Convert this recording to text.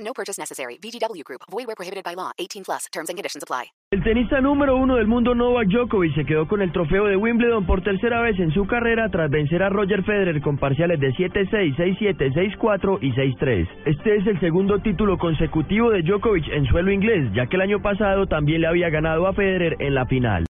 No purchase necessary. VGW Group. Void where prohibited by law. 18 plus. Terms and conditions apply. El tenista número uno del mundo Novak Djokovic se quedó con el trofeo de Wimbledon por tercera vez en su carrera tras vencer a Roger Federer con parciales de 7-6, 6-7, 6-4 y 6-3. Este es el segundo título consecutivo de Djokovic en suelo inglés, ya que el año pasado también le había ganado a Federer en la final.